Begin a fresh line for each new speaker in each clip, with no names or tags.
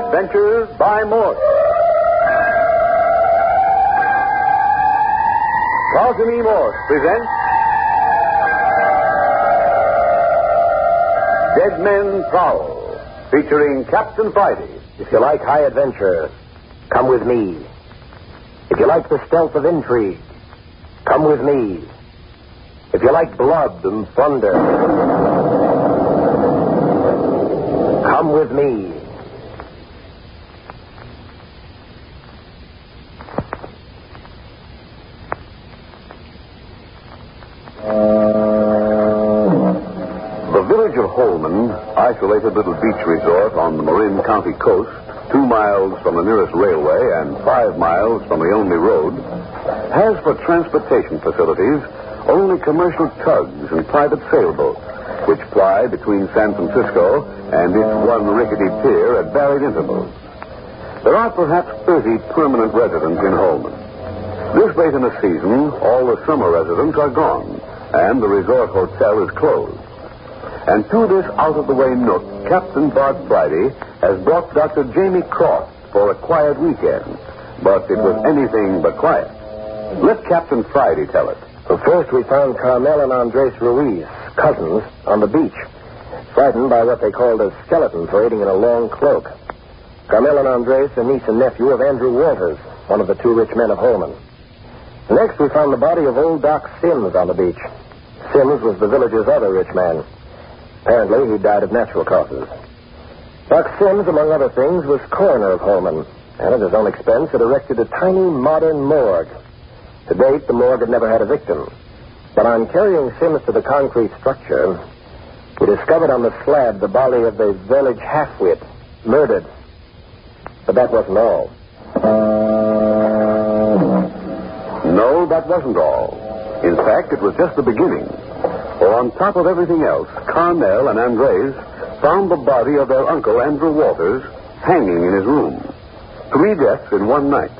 Adventures by Morse. Carlton E. Morse presents Dead Men Prowl, featuring Captain Friday.
If you like high adventure, come with me. If you like the stealth of intrigue, come with me. If you like blood and thunder, come with me.
The village of Holman, isolated little beach resort on the Marin County coast, two miles from the nearest railway and five miles from the only road, has for transportation facilities only commercial tugs and private sailboats, which ply between San Francisco and its one rickety pier at varied intervals. There are perhaps 30 permanent residents in Holman. This late in the season, all the summer residents are gone, and the resort hotel is closed. And to this out of the way nook, Captain Bart Friday has brought Dr. Jamie Croft for a quiet weekend. But it was anything but quiet. Let Captain Friday tell it.
Well, first we found Carmel and Andres Ruiz, cousins, on the beach, frightened by what they called a skeleton parading in a long cloak. Carmel and Andres, a niece and nephew of Andrew Walters, one of the two rich men of Holman. Next, we found the body of old Doc Sims on the beach. Sims was the village's other rich man. Apparently, he died of natural causes. Doc Sims, among other things, was coroner of Holman, and at his own expense had erected a tiny modern morgue. To date, the morgue had never had a victim. But on carrying Sims to the concrete structure, we discovered on the slab the body of the village halfwit, murdered. But that wasn't all.
No, that wasn't all. In fact, it was just the beginning. For on top of everything else, Carmel and Andres found the body of their uncle, Andrew Walters, hanging in his room. Three deaths in one night,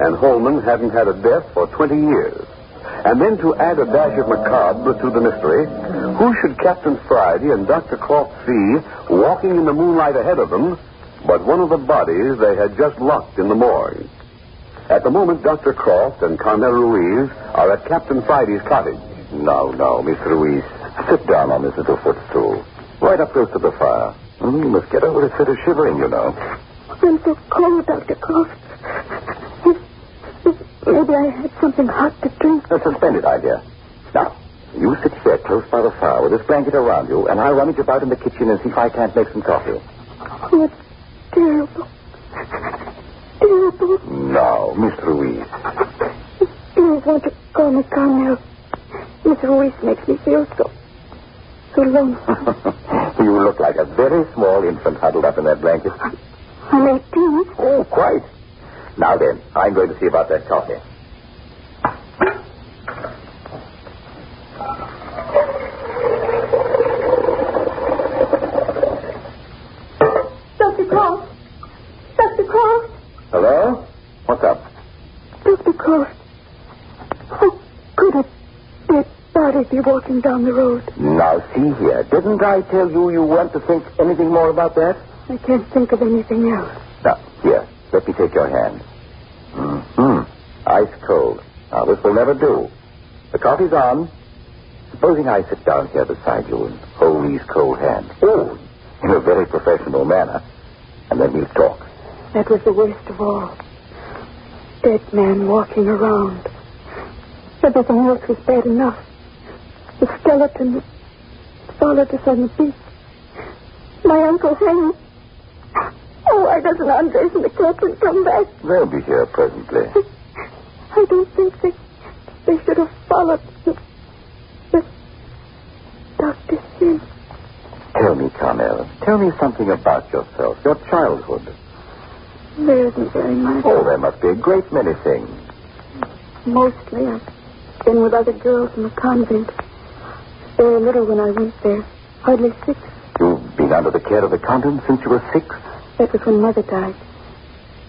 and Holman hadn't had a death for 20 years. And then to add a dash of macabre to the mystery, who should Captain Friday and Dr. Croft see walking in the moonlight ahead of them but one of the bodies they had just locked in the morgue? At the moment, Dr. Croft and Carmel Ruiz are at Captain Friday's cottage. No, no, Miss Ruiz. Sit down on this little footstool. Right up close to the fire. Mm, You must get over a fit of shivering, you know.
I'm so cold, Dr. Croft. Maybe I had something hot to drink.
A suspended idea. Now, you sit here close by the fire with this blanket around you, and I'll rummage about in the kitchen and see if I can't make some coffee.
Oh, it's terrible. Terrible.
No, Miss Ruiz.
You want to call me Carmel. Miss Ruiz makes me feel so, so lonely.
you look like a very small infant huddled up in that blanket.
I'm 18.
Oh, quite. Now then, I'm going to see about that coffee.
Dr. Croft. Dr. Croft.
Hello? What's up?
Dr. Croft. How could a dead body be walking down the road?
Now, see here. Didn't I tell you you weren't to think anything more about that?
I can't think of anything else.
Now, here. Let me take your hand. Mm-hmm. Ice cold. Now, this will never do. The coffee's on. Supposing I sit down here beside you and hold these cold hands. Oh, in a very professional manner. And then we'll talk.
That was the worst of all. Dead man walking around. Everything else was bad enough. The skeleton that followed us on the beach. My uncle hanging. Oh, why doesn't Andres and the corporal come back?
They'll be here presently.
I don't think they, they should have followed the, the Dr. Sim.
Tell me, Carmel, tell me something about yourself, your childhood.
There isn't very much.
Oh, there must be a great many things.
Mostly I've been with other girls in the convent. They were little when I went there. Hardly six.
You've been under the care of the convent since you were six,
That was when Mother died.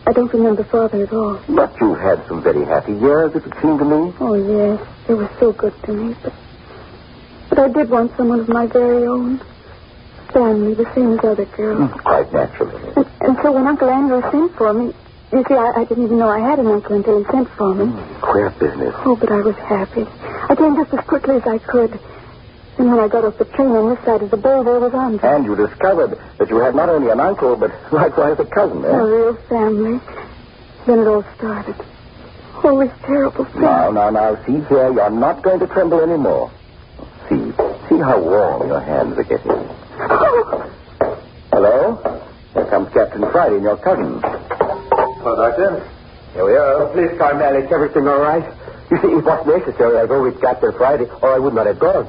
I don't remember Father at all.
but you've had some very happy years, it would seem to me.
Oh, yes. They were so good to me. But, but I did want someone of my very own. family the same as other girls.
Mm,
Quite naturally.
And, and so when Uncle Andrew sent for me, you see, I, I didn't even know I had an uncle until he sent for me.
Hmm.
Mm,
Queer business.
Oh, but I was happy. I came just as quickly as I could. And when I got off the train on this side of the bay, there was Andrew.
And you discovered that you had not only an uncle, but likewise a cousin, eh?
A real family. Then it all started. All this terrible thing.
Now, now, now, see here, you're not going to tremble anymore. See, see how warm your hands are getting. Hello? Here comes Captain Friday and your cousin.
Hello, Doctor.
Here we are. Oh, Please, Carmel, is everything all right? You see, it was necessary. I've always got there Friday, or I would not have gone.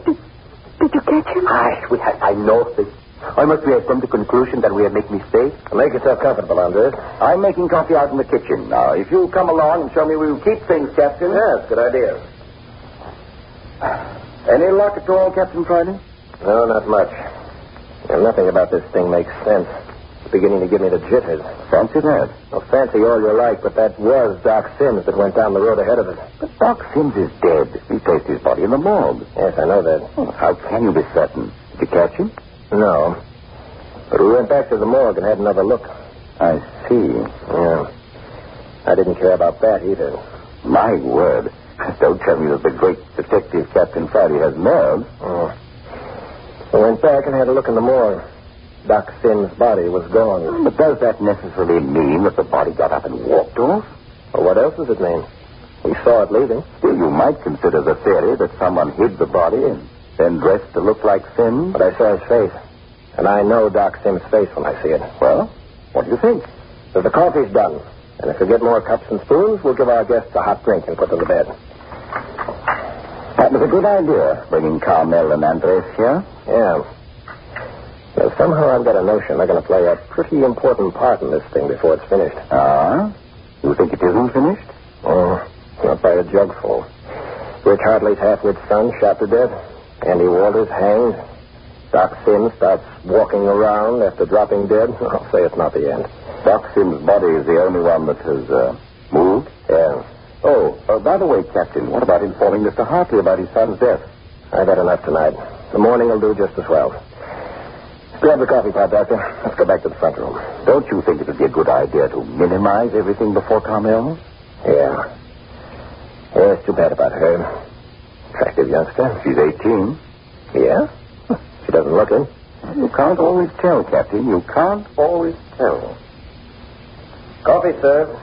Did you catch him?
I, we had, I know this. I must we have come to conclusion that we have made mistakes? Make yourself comfortable, Andres. I'm making coffee out in the kitchen. Now, if you'll come along and show me where you keep things, Captain. Yes, good idea. Any luck at all, Captain Friday? No, not much. Well, nothing about this thing makes sense. It's beginning to give me the jitters. Fancy that. Well, fancy all you like, but that was Doc Sims that went down the road ahead of us. But Doc Sims is dead. We placed his body in the morgue. Yes, I know that. Oh, how can you be certain? Did you catch him? No. But we went back to the morgue and had another look. I see. Yeah. I didn't care about that either. My word. Don't tell me that the great detective Captain Friday has nerves. We went back and had a look in the morgue. Doc Sims' body was gone. But does that necessarily mean that the body got up and walked off? Well, what else does it mean? We saw it leaving. Still, you might consider the theory that someone hid the body and then dressed to look like Sims. But I saw his face. And I know Doc Sims' face when I see it. Well, what do you think? That the coffee's done. And if we get more cups and spoons, we'll give our guests a hot drink and put them to bed. That was a good idea, bringing Carmel and Andres here. Yeah. Now, somehow I've got a notion they're going to play a pretty important part in this thing before it's finished. Ah? You think it isn't finished? Oh, not by a jugful. Rich Hartley's half-wit's son shot to death. Andy Walters hanged. Doc Sims starts walking around after dropping dead. I'll say it's not the end. Doc Sims' body is the only one that has uh, moved? Yeah. Oh, uh, by the way, Captain, what about informing Mr. Hartley about his son's death? I've had enough tonight. The morning will do just as well. Grab the coffee pot, Doctor. Let's go back to the front room. Don't you think it would be a good idea to minimize everything before Carmel? Yeah. Yeah, it's too bad about her. Attractive youngster. She's 18. Yeah? She doesn't look it. You can't always tell, Captain. You can't always tell. Coffee, sir.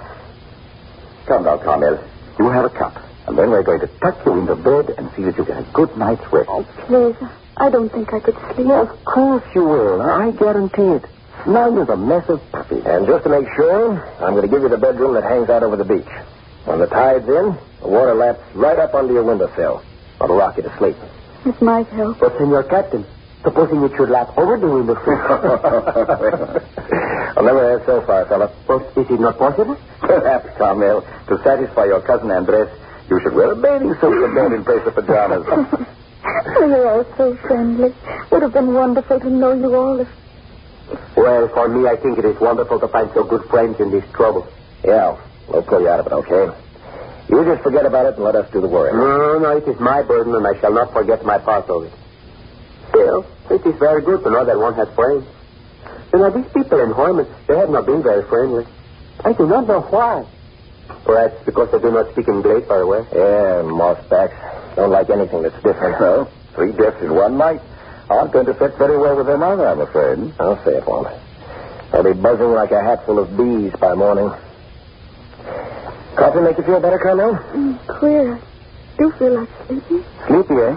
Come now, Carmel. You have a cup. And then we're going to tuck you into bed and see that you get a good night's rest.
Please, I don't think I could sleep.
Of course you will. I guarantee it. Snug as a mess of puppies. And just to make sure, I'm going to give you the bedroom that hangs out over the beach. When the tide's in, the water laps right up under your windowsill. It'll rock you to sleep.
With my help.
But, Senor Captain, supposing it should lap over the windowsill. I'll never have so far, fella. But is it not possible? Perhaps, Carmel. To satisfy your cousin Andres, you should wear a bathing suit to bed in place of pajamas.
Oh, you're all so friendly. Would have been wonderful to know you all if
Well, for me, I think it is wonderful to find so good friends in this trouble. Yeah, we'll pull you out of it, okay? You just forget about it and let us do the work. No, no, it is my burden, and I shall not forget my part of it. Still, it is very good to know that one has friends. You know, these people in Hoyman, they have not been very friendly. I do not know why. Perhaps because they do not speak English very well. Yeah, mossbacks don't like anything that's different. Well, three deaths in one night aren't going to fit very well with them either, I'm afraid. I'll say it won't. They'll be buzzing like a hatful of bees by morning. Coffee make you feel better, Carmel?
Mm, queer. I do feel like sleeping.
Sleepy, eh?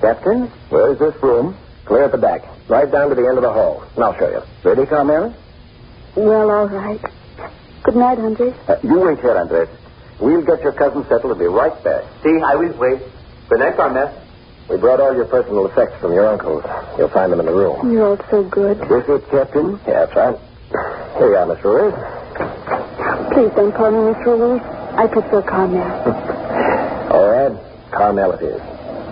Captain, where is this room? Clear at the back, right down to the end of the hall. And I'll show you. Ready, Carmel?
Well, all right. Good night, Andres.
Uh, you wait here, Andres. We'll get your cousin settled and be right back.
See, I will wait. Good night, Carmel.
We brought all your personal effects from your uncle's. You'll find them in the room.
You're all so good.
Is it, Captain? Yeah, that's right. Here you are, Miss Ruiz.
Please don't call me Miss Ruiz. I prefer Carmel.
All right. Carmel it is.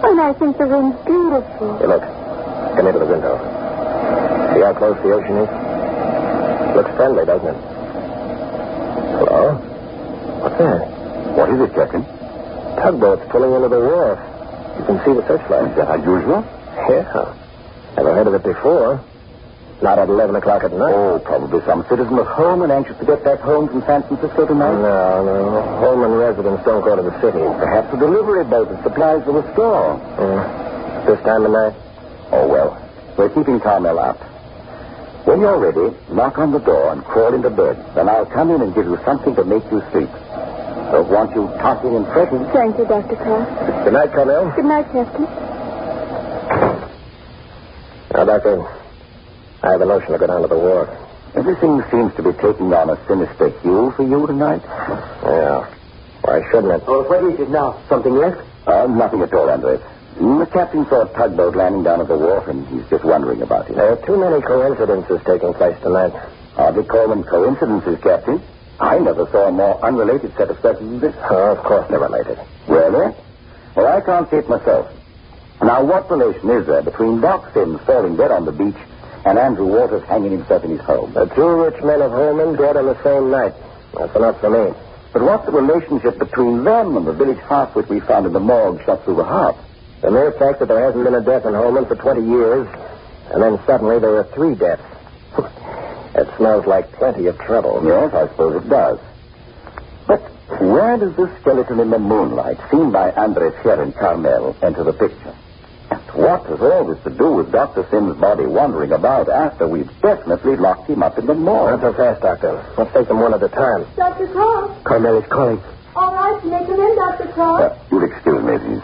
And I think the room's beautiful.
Hey, look. Come into the window. See how close the ocean is? Looks friendly, doesn't it? Hello? What's that? What is it, Captain? Tugboat's pulling into the wharf. You can see the searchlight. Is that unusual? Yeah. Never heard of it before. Not at 11 o'clock at night.
Oh, probably some citizen of Holman anxious to get back home from San Francisco tonight.
No, no. Holman residents don't go to the city.
Perhaps a delivery boat that supplies the store.
Mm. This time of night?
Oh, well. We're keeping Carmel up. When you're ready, knock on the door and crawl into bed. Then I'll come in and give you something to make you sleep. Don't want you tossing and fretting.
Thank you, Dr. Cross.
Good night, Carmel.
Good night, Captain.
Now, Doctor, I have a notion to go down to the ward.
Everything seems to be taking on a sinister hue for you tonight.
Yeah. Why shouldn't it?
Well, what is it now?
Something left?
Uh, nothing at all, Andres. Mm, The captain saw a tugboat landing down at the wharf, and he's just wondering about it.
There are too many coincidences taking place tonight.
Hardly call them coincidences, Captain. I never saw a more unrelated set of circumstances.
Oh, of course they're related.
Really? Well, I can't see it myself. Now, what relation is there between Doc Sims falling dead on the beach and Andrew Waters hanging himself in his home?
The two rich men of Holman dead on the same night. That's enough for me.
But what's the relationship between them and the village harp which we found in the morgue shot through the heart?
The mere fact that there hasn't been a death in Holman for 20 years, and then suddenly there are three deaths. that smells like plenty of trouble.
Yes, I suppose it does. But where does this skeleton in the moonlight, seen by Andres here in Carmel, enter the picture? And what has all this to do with Dr. Sims' body wandering about after we've definitely locked him up in the
Not
morgue?
so fast, Doctor. Let's take them one at a time.
Dr. Cross.
Carmel is calling.
All right, make him in, Dr. Cross.
Uh, you'll excuse me, please.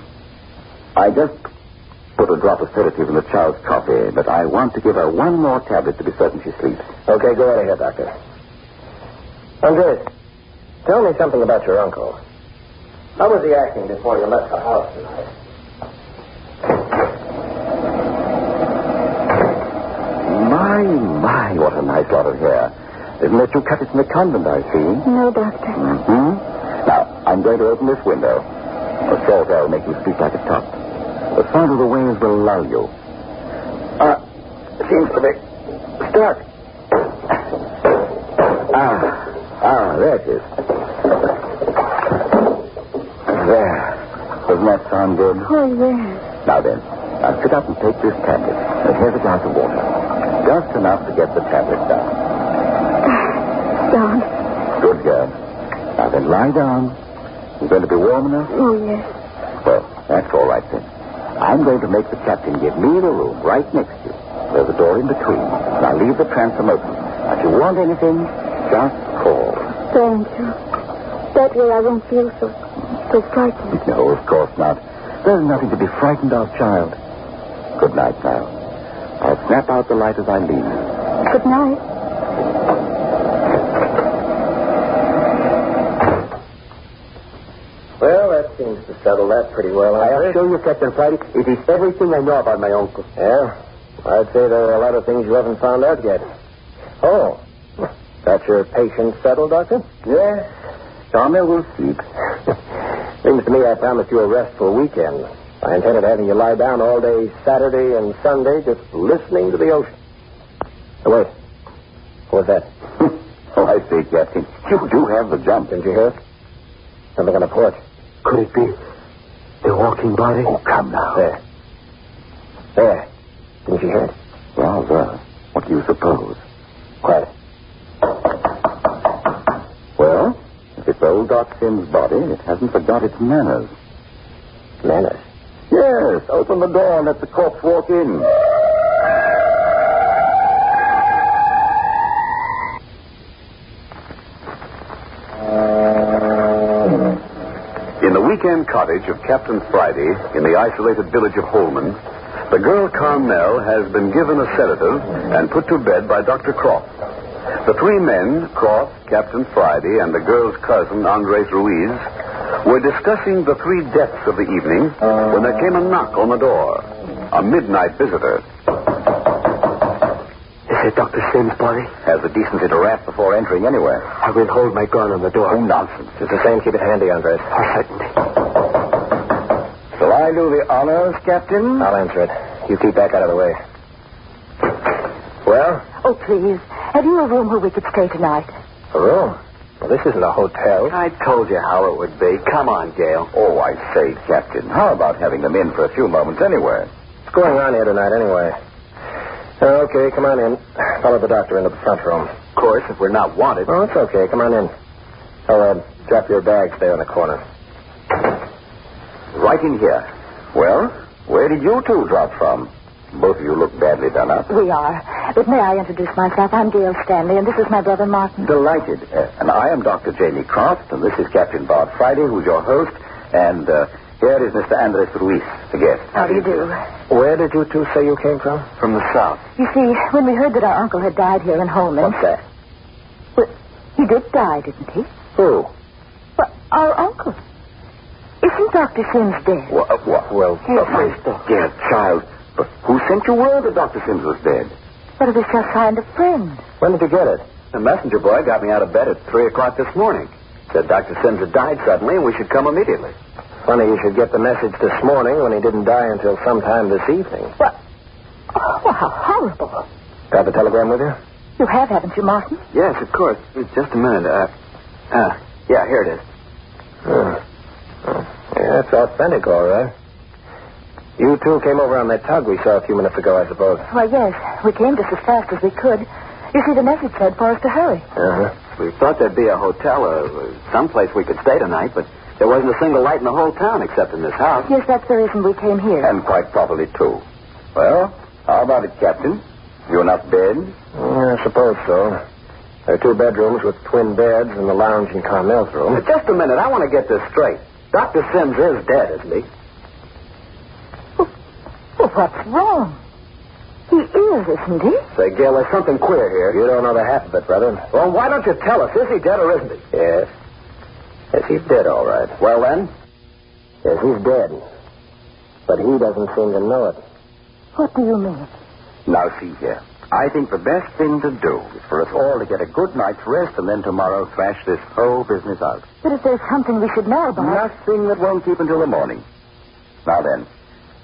I just put a drop of sedative in the child's coffee, but I want to give her one more tablet to be certain she sleeps.
Okay, go right ahead, Doctor. Andres, tell me something about your uncle.
How was he acting before you left the house tonight?
My, my, what a nice lot of hair. Didn't let you cut it in the convent, I see.
No, Doctor.
hmm Now, I'm going to open this window. The salt air will make you speak like a top. The sound of the waves will lull you. Ah, seems to be stuck. Ah, ah, there it is. There. Doesn't that sound good?
Oh, yes.
Now then, now sit up and take this tablet. And here's a glass of water. Just enough to get the tablet down.
Don.
Good girl. Now then, lie down. You're going to be warm enough?
Oh, yes.
Well, that's all right then. I'm going to make the captain give me the room right next to you. There's a door in between. Now leave the transom open. Now, if you want anything, just call.
Thank you. That way I won't feel so, so frightened.
No, of course not. There's nothing to be frightened of, child. Good night, now. I'll snap out the light as I leave.
Good night.
Well, that seems to settle that pretty well. I'll show you, Captain Friday. It is everything I know about my uncle. Yeah? I'd say there are a lot of things you haven't found out yet. Oh. That's your patient settled, Doctor?
Yes. Tommy will sleep.
Seems to me I promised you a restful weekend. I intended having you lie down all day Saturday and Sunday just listening to the ocean. Oh, wait. What was that?
oh, I say, Captain, you do have the jump.
Didn't you hear it? Something on the porch.
Could it be the walking body? Oh, come now.
There. There. Didn't you hear it?
Rather. uh, What do you suppose?
Quiet.
Well, if it's old Doc Sims' body, it hasn't forgot its manners.
Manners.
Yes, open the door and let the corpse walk in.
In the weekend cottage of Captain Friday, in the isolated village of Holman, the girl Carmel has been given a sedative and put to bed by Dr. Croft. The three men, Croft, Captain Friday, and the girl's cousin, Andres Ruiz, were discussing the three deaths of the evening when there came a knock on the door. A midnight visitor.
Is it Dr. Sims' body?
Has the decency to rap before entering anywhere.
I will hold my gun on the door.
Oh, nonsense.
It's the same. Keep it handy, Andres. certainly.
Shall I do the honors, Captain?
I'll answer it. You keep back out of the way. Well,
Oh, please. Have you a room where we could stay tonight?
a room. Well, this isn't a hotel.
I told you how it would be. Come on, Gail.
Oh, I say, Captain, how about having them in for a few moments anywhere?
What's going on here tonight, anyway? Okay, come on in. Follow the doctor into the front room.
Of course, if we're not wanted.
Oh, it's okay. Come on in. I'll uh, drop your bags there in the corner.
Right in here. Well, where did you two drop from? Both of you look badly done up.
We are. But may I introduce myself? I'm Gail Stanley, and this is my brother Martin.
Delighted. Uh, and I am Dr. Jamie Croft, and this is Captain Bob Friday, who's your host. And uh, here is Mr. Andres Ruiz, the guest.
How do you do?
Where did you two say you came from?
From the south.
You see, when we heard that our uncle had died here in Holman,
What's that?
well, he did die, didn't he?
Who?
Oh,
Well, our uncle. Isn't Dr. Sims dead?
What? what? Well, yes, dear oh, child. But who sent you word that Dr. Sims was dead?
Well, we shall find a friend.
When did you get it?
The messenger boy got me out of bed at 3 o'clock this morning. Said Dr. Sims had died suddenly and we should come immediately.
Funny you should get the message this morning when he didn't die until sometime this evening.
Well, oh, how horrible.
Got the telegram with you?
You have, haven't you, Martin?
Yes, of course. Just a minute. Uh, uh, yeah, here it is.
Hmm. Hmm. Yeah, that's authentic, all right. You two came over on that tug we saw a few minutes ago, I suppose.
Well, yes. We came just as fast as we could. You see, the message said for us to hurry.
Uh-huh.
We thought there'd be a hotel or someplace we could stay tonight, but there wasn't a single light in the whole town except in this house.
Yes, that's the reason we came here.
And quite properly, too. Well, how about it, Captain? You're not dead?
Yeah, I suppose so. There are two bedrooms with twin beds and the lounge in Carmel's room.
Just a minute. I want to get this straight. Dr. Sims is dead, isn't he?
Well, what's wrong? He is, isn't he?
Say, Gil, there's something queer here.
You don't know the half of it, brother.
Well, why don't you tell us? Is he dead or isn't he?
Yes. Yes, he's dead, all right.
Well, then,
Yes, he's dead. But he doesn't seem to know it.
What do you mean?
Now, see here. I think the best thing to do is for us all to get a good night's rest and then tomorrow thrash this whole business out.
But if there's something we should know about.
Nothing that won't keep until the morning. Now then,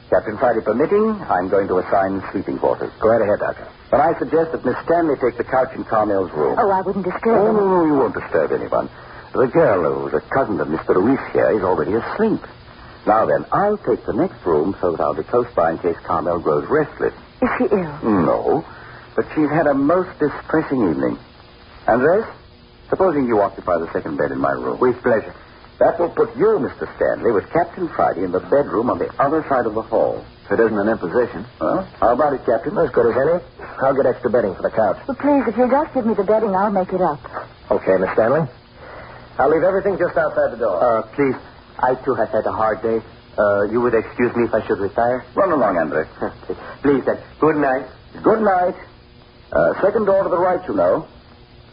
Captain Friday permitting, I'm going to assign sleeping quarters.
Go right ahead, Doctor.
But I suggest that Miss Stanley take the couch in Carmel's room.
Oh, I wouldn't disturb
No,
him.
no, no, you won't disturb anyone. The girl who's a cousin of Mr. Ruiz here is already asleep. Now then, I'll take the next room so that I'll be close by in case Carmel grows restless.
Is she ill?
No, but she's had a most distressing evening. Andres, supposing you occupy the second bed in my room. With pleasure. That will put you, Mr. Stanley, with Captain Friday in the bedroom on the other side of the hall. If it isn't an imposition. Well, how about it, Captain?
As good as any. I'll get extra bedding for the couch.
Well, please, if you'll just give me the bedding, I'll make it up.
Okay, Miss Stanley. I'll leave everything just outside the door.
Uh, please, I too have had a hard day. Uh, you would excuse me if I should retire?
Run along, Andres.
Please, then. Good night.
Good night. Uh, second door to the right, you know.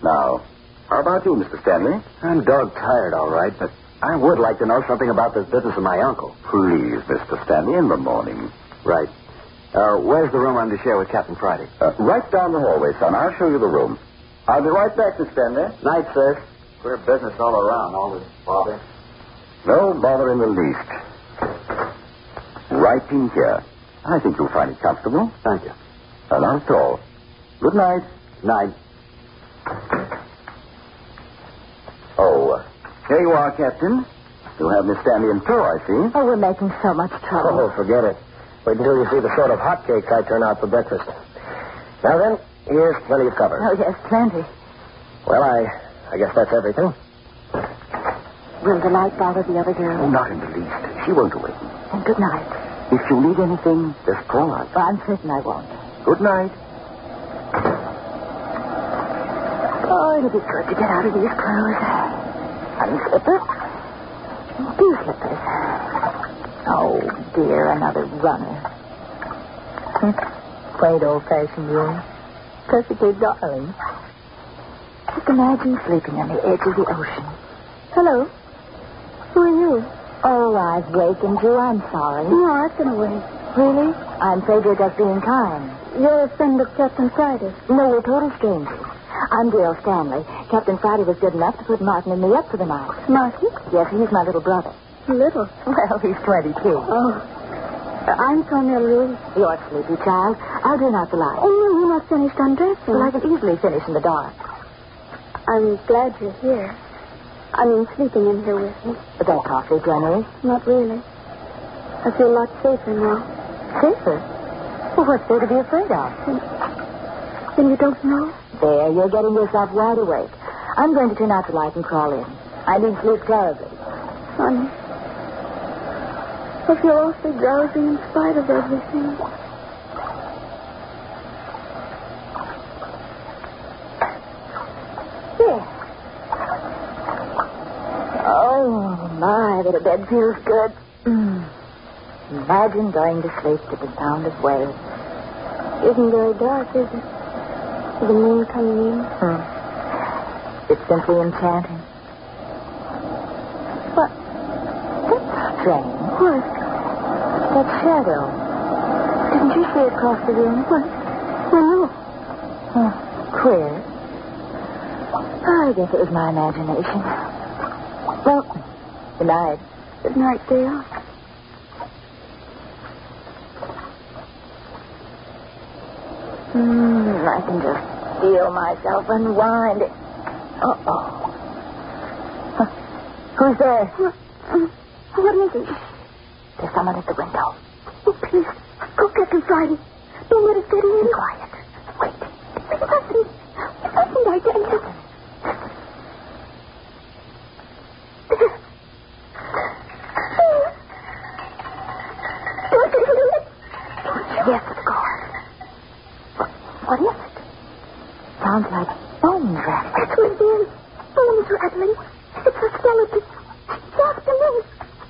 Now, how about you, Mr. Stanley?
I'm dog tired, all right, but I would like to know something about this business of my uncle.
Please, Mr. Stanley, in the morning.
Right. Uh, where's the room I'm to share with Captain Friday?
Uh, right down the hallway, son. I'll show you the room. I'll be right back, Mr. Stanley.
Night, sir. Queer business all around, all this bother.
No bother in the least. Right in here. I think you'll find it comfortable.
Thank you.
Uh, not at all. Good night.
Night.
Oh, uh, here you are, Captain. You have Miss Stanley in tow, I see.
Oh, we're making so much trouble.
Oh, forget it. Wait until you see the sort of hotcakes I turn out for breakfast. Now then, here's plenty of cover.
Oh, yes, plenty.
Well, I, I guess that's everything.
Will the light bother the other
Oh,
girl?
not in the least. She won't awake.
And good night.
If you need anything, just call us.
Well, I'm certain I won't.
Good night.
Oh, it'll be good to get out of these clothes. One slipper. Two slippers. Oh, dear, another runner. Hmm. Quaint old-fashioned room. Perfectly darling. Just imagine sleeping on the edge of the ocean.
Hello. Who are you?
Oh, I've wakened you. I'm sorry.
No, I've been away.
Really? I'm afraid you're just being kind.
You're a friend of Captain Friday.
No, we're total strangers. I'm Gail Stanley. Captain Friday was good enough to put Martin and me up for the night.
Martin?
Yes, he's my little brother.
Little.
Well, he's 22.
Oh. I'm Cornel Ruiz.
You're sleepy, child. I'll turn out the light.
Oh, no, you're not finished undressing.
Well, I can easily finish in the dark.
I'm glad you're here. I mean, sleeping in here with me.
But that coffee, Granny.
Not really. I feel a lot safer now.
Safer? Well, what's there to be afraid of?
Then you don't know?
There, you're getting yourself wide awake. I'm going to turn out the light and crawl in. I need sleep terribly.
Honey, I feel awfully drowsy in spite of everything.
Yes. Oh, my, but a bed feels good. Mm. Imagine going to sleep to the sound of waves.
Isn't very dark, is it? With the moon coming in.
Hmm. It's simply enchanting. What? That's strange.
What?
That shadow. Didn't you see it across the room?
What? Well,
Huh. Queer. I guess it was my imagination. Well, good night.
no. Good night, Dale.
Mm, I can just feel myself unwind. Uh-oh. Huh. Who's there?
Uh, What is it?
There's someone at the window.
Oh, please, go get him, Friday. Don't let us get in.
Be quiet. Wait.
It mustn't. It mustn't, I tell you. Don't you do it?
Yes, of course. What, what is it? Sounds like bone rattling.
That's what it is. Bones rattling. It's a skeleton. It's after me.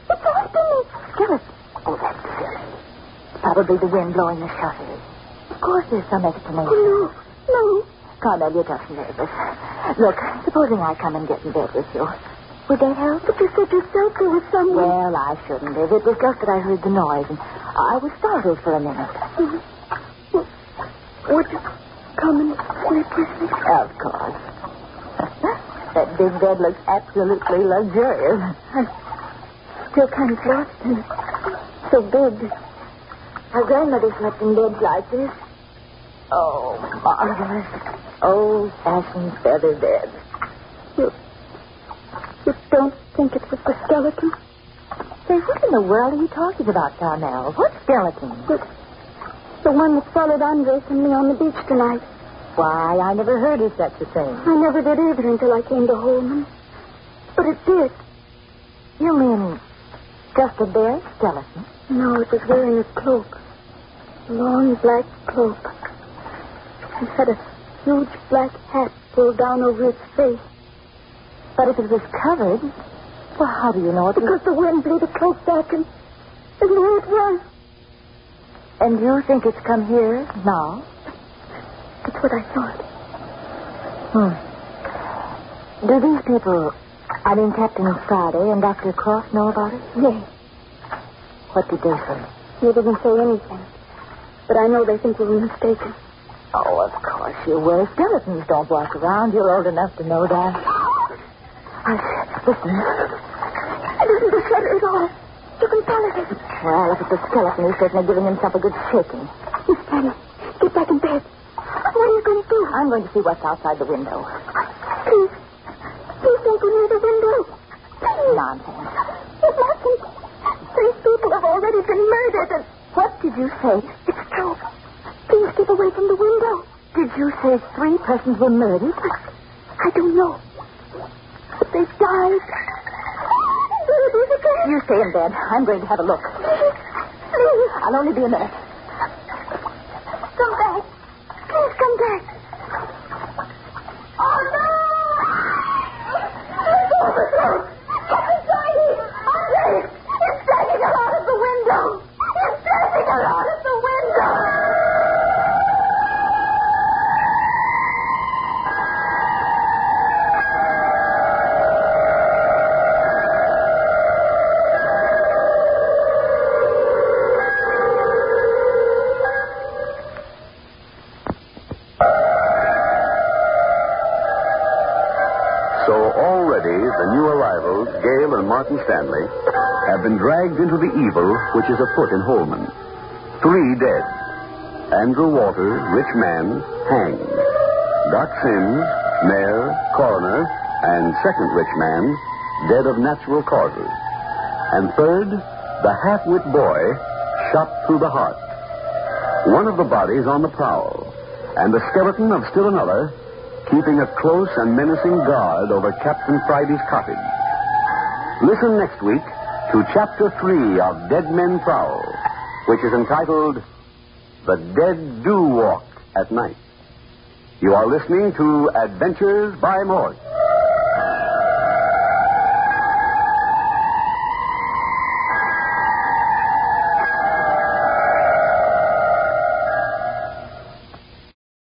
It's after me.
Skillet. Oh, that's silly. Probably the wind blowing the shutters. Of course there's some explanation.
Oh, no. No.
Carmel, you're just nervous. Look, supposing I come and get in bed with you. Would that help?
But you said yourself there was someone.
Well, I shouldn't have. It was just that I heard the noise, and I was startled for a minute.
Would you come and sleep with me?
Of course. that big bed looks absolutely luxurious.
Still kind of lost in it.
So big. Our grandmother slept in beds like this. Oh, marvelous. Old fashioned feather bed.
You, you don't think it was the skeleton?
Say, what in the world are you talking about, Darnell? What skeleton?
The, the one that followed Andres and me on the beach tonight.
Why, I never heard of such a thing.
I never did either until I came to Holman. But it did.
You mean just a bare skeleton?
No, it was wearing a cloak. A long black cloak. It had a huge black hat pulled down over its face.
But if it was covered, well, how do you know it was?
Because the wind blew the cloak back and, and there it was.
And you think it's come here now?
That's what I thought.
Hmm. Do these people, I mean Captain Friday and Dr. Croft, know about it?
Yes.
What did they say?
They didn't say anything. But I know they think we were mistaken.
Oh, of course you were. Skeletons don't walk around. You're old enough to know that. Hush. Listen.
It isn't the shutter at all. You can tell it isn't.
Well, look at the skeleton. He's certainly giving himself a good shaking.
Miss Fanny, get back in bed. What are you going to do?
I'm going to see what's outside the window.
Please. Please don't go near the window. Please.
Nonsense.
It mustn't. Three people have already been murdered. And
What did you say?
it's true. Please keep away from the window.
Did you say three persons were murdered?
I don't know. But they've died. There it is again.
You stay in bed. I'm going to have a look.
Please. Please.
I'll only be a minute.
Come back. Please come back. Oh, no! It's dragging her out of the window! It's dragging her out of the window!
So already the new arrivals, Gail and Martin Stanley, have been dragged into the evil which is afoot in Holman. Three dead. Andrew Walter, rich man, hanged. Doc Sims, mayor, coroner, and second rich man, dead of natural causes. And third, the half-wit boy, shot through the heart.
one of the bodies on the prowl, and the skeleton of still another keeping a close and menacing guard over Captain Friday's cottage. Listen next week to Chapter 3 of Dead Men Prowl, which is entitled The Dead Do Walk at Night. You are listening to Adventures by Morse.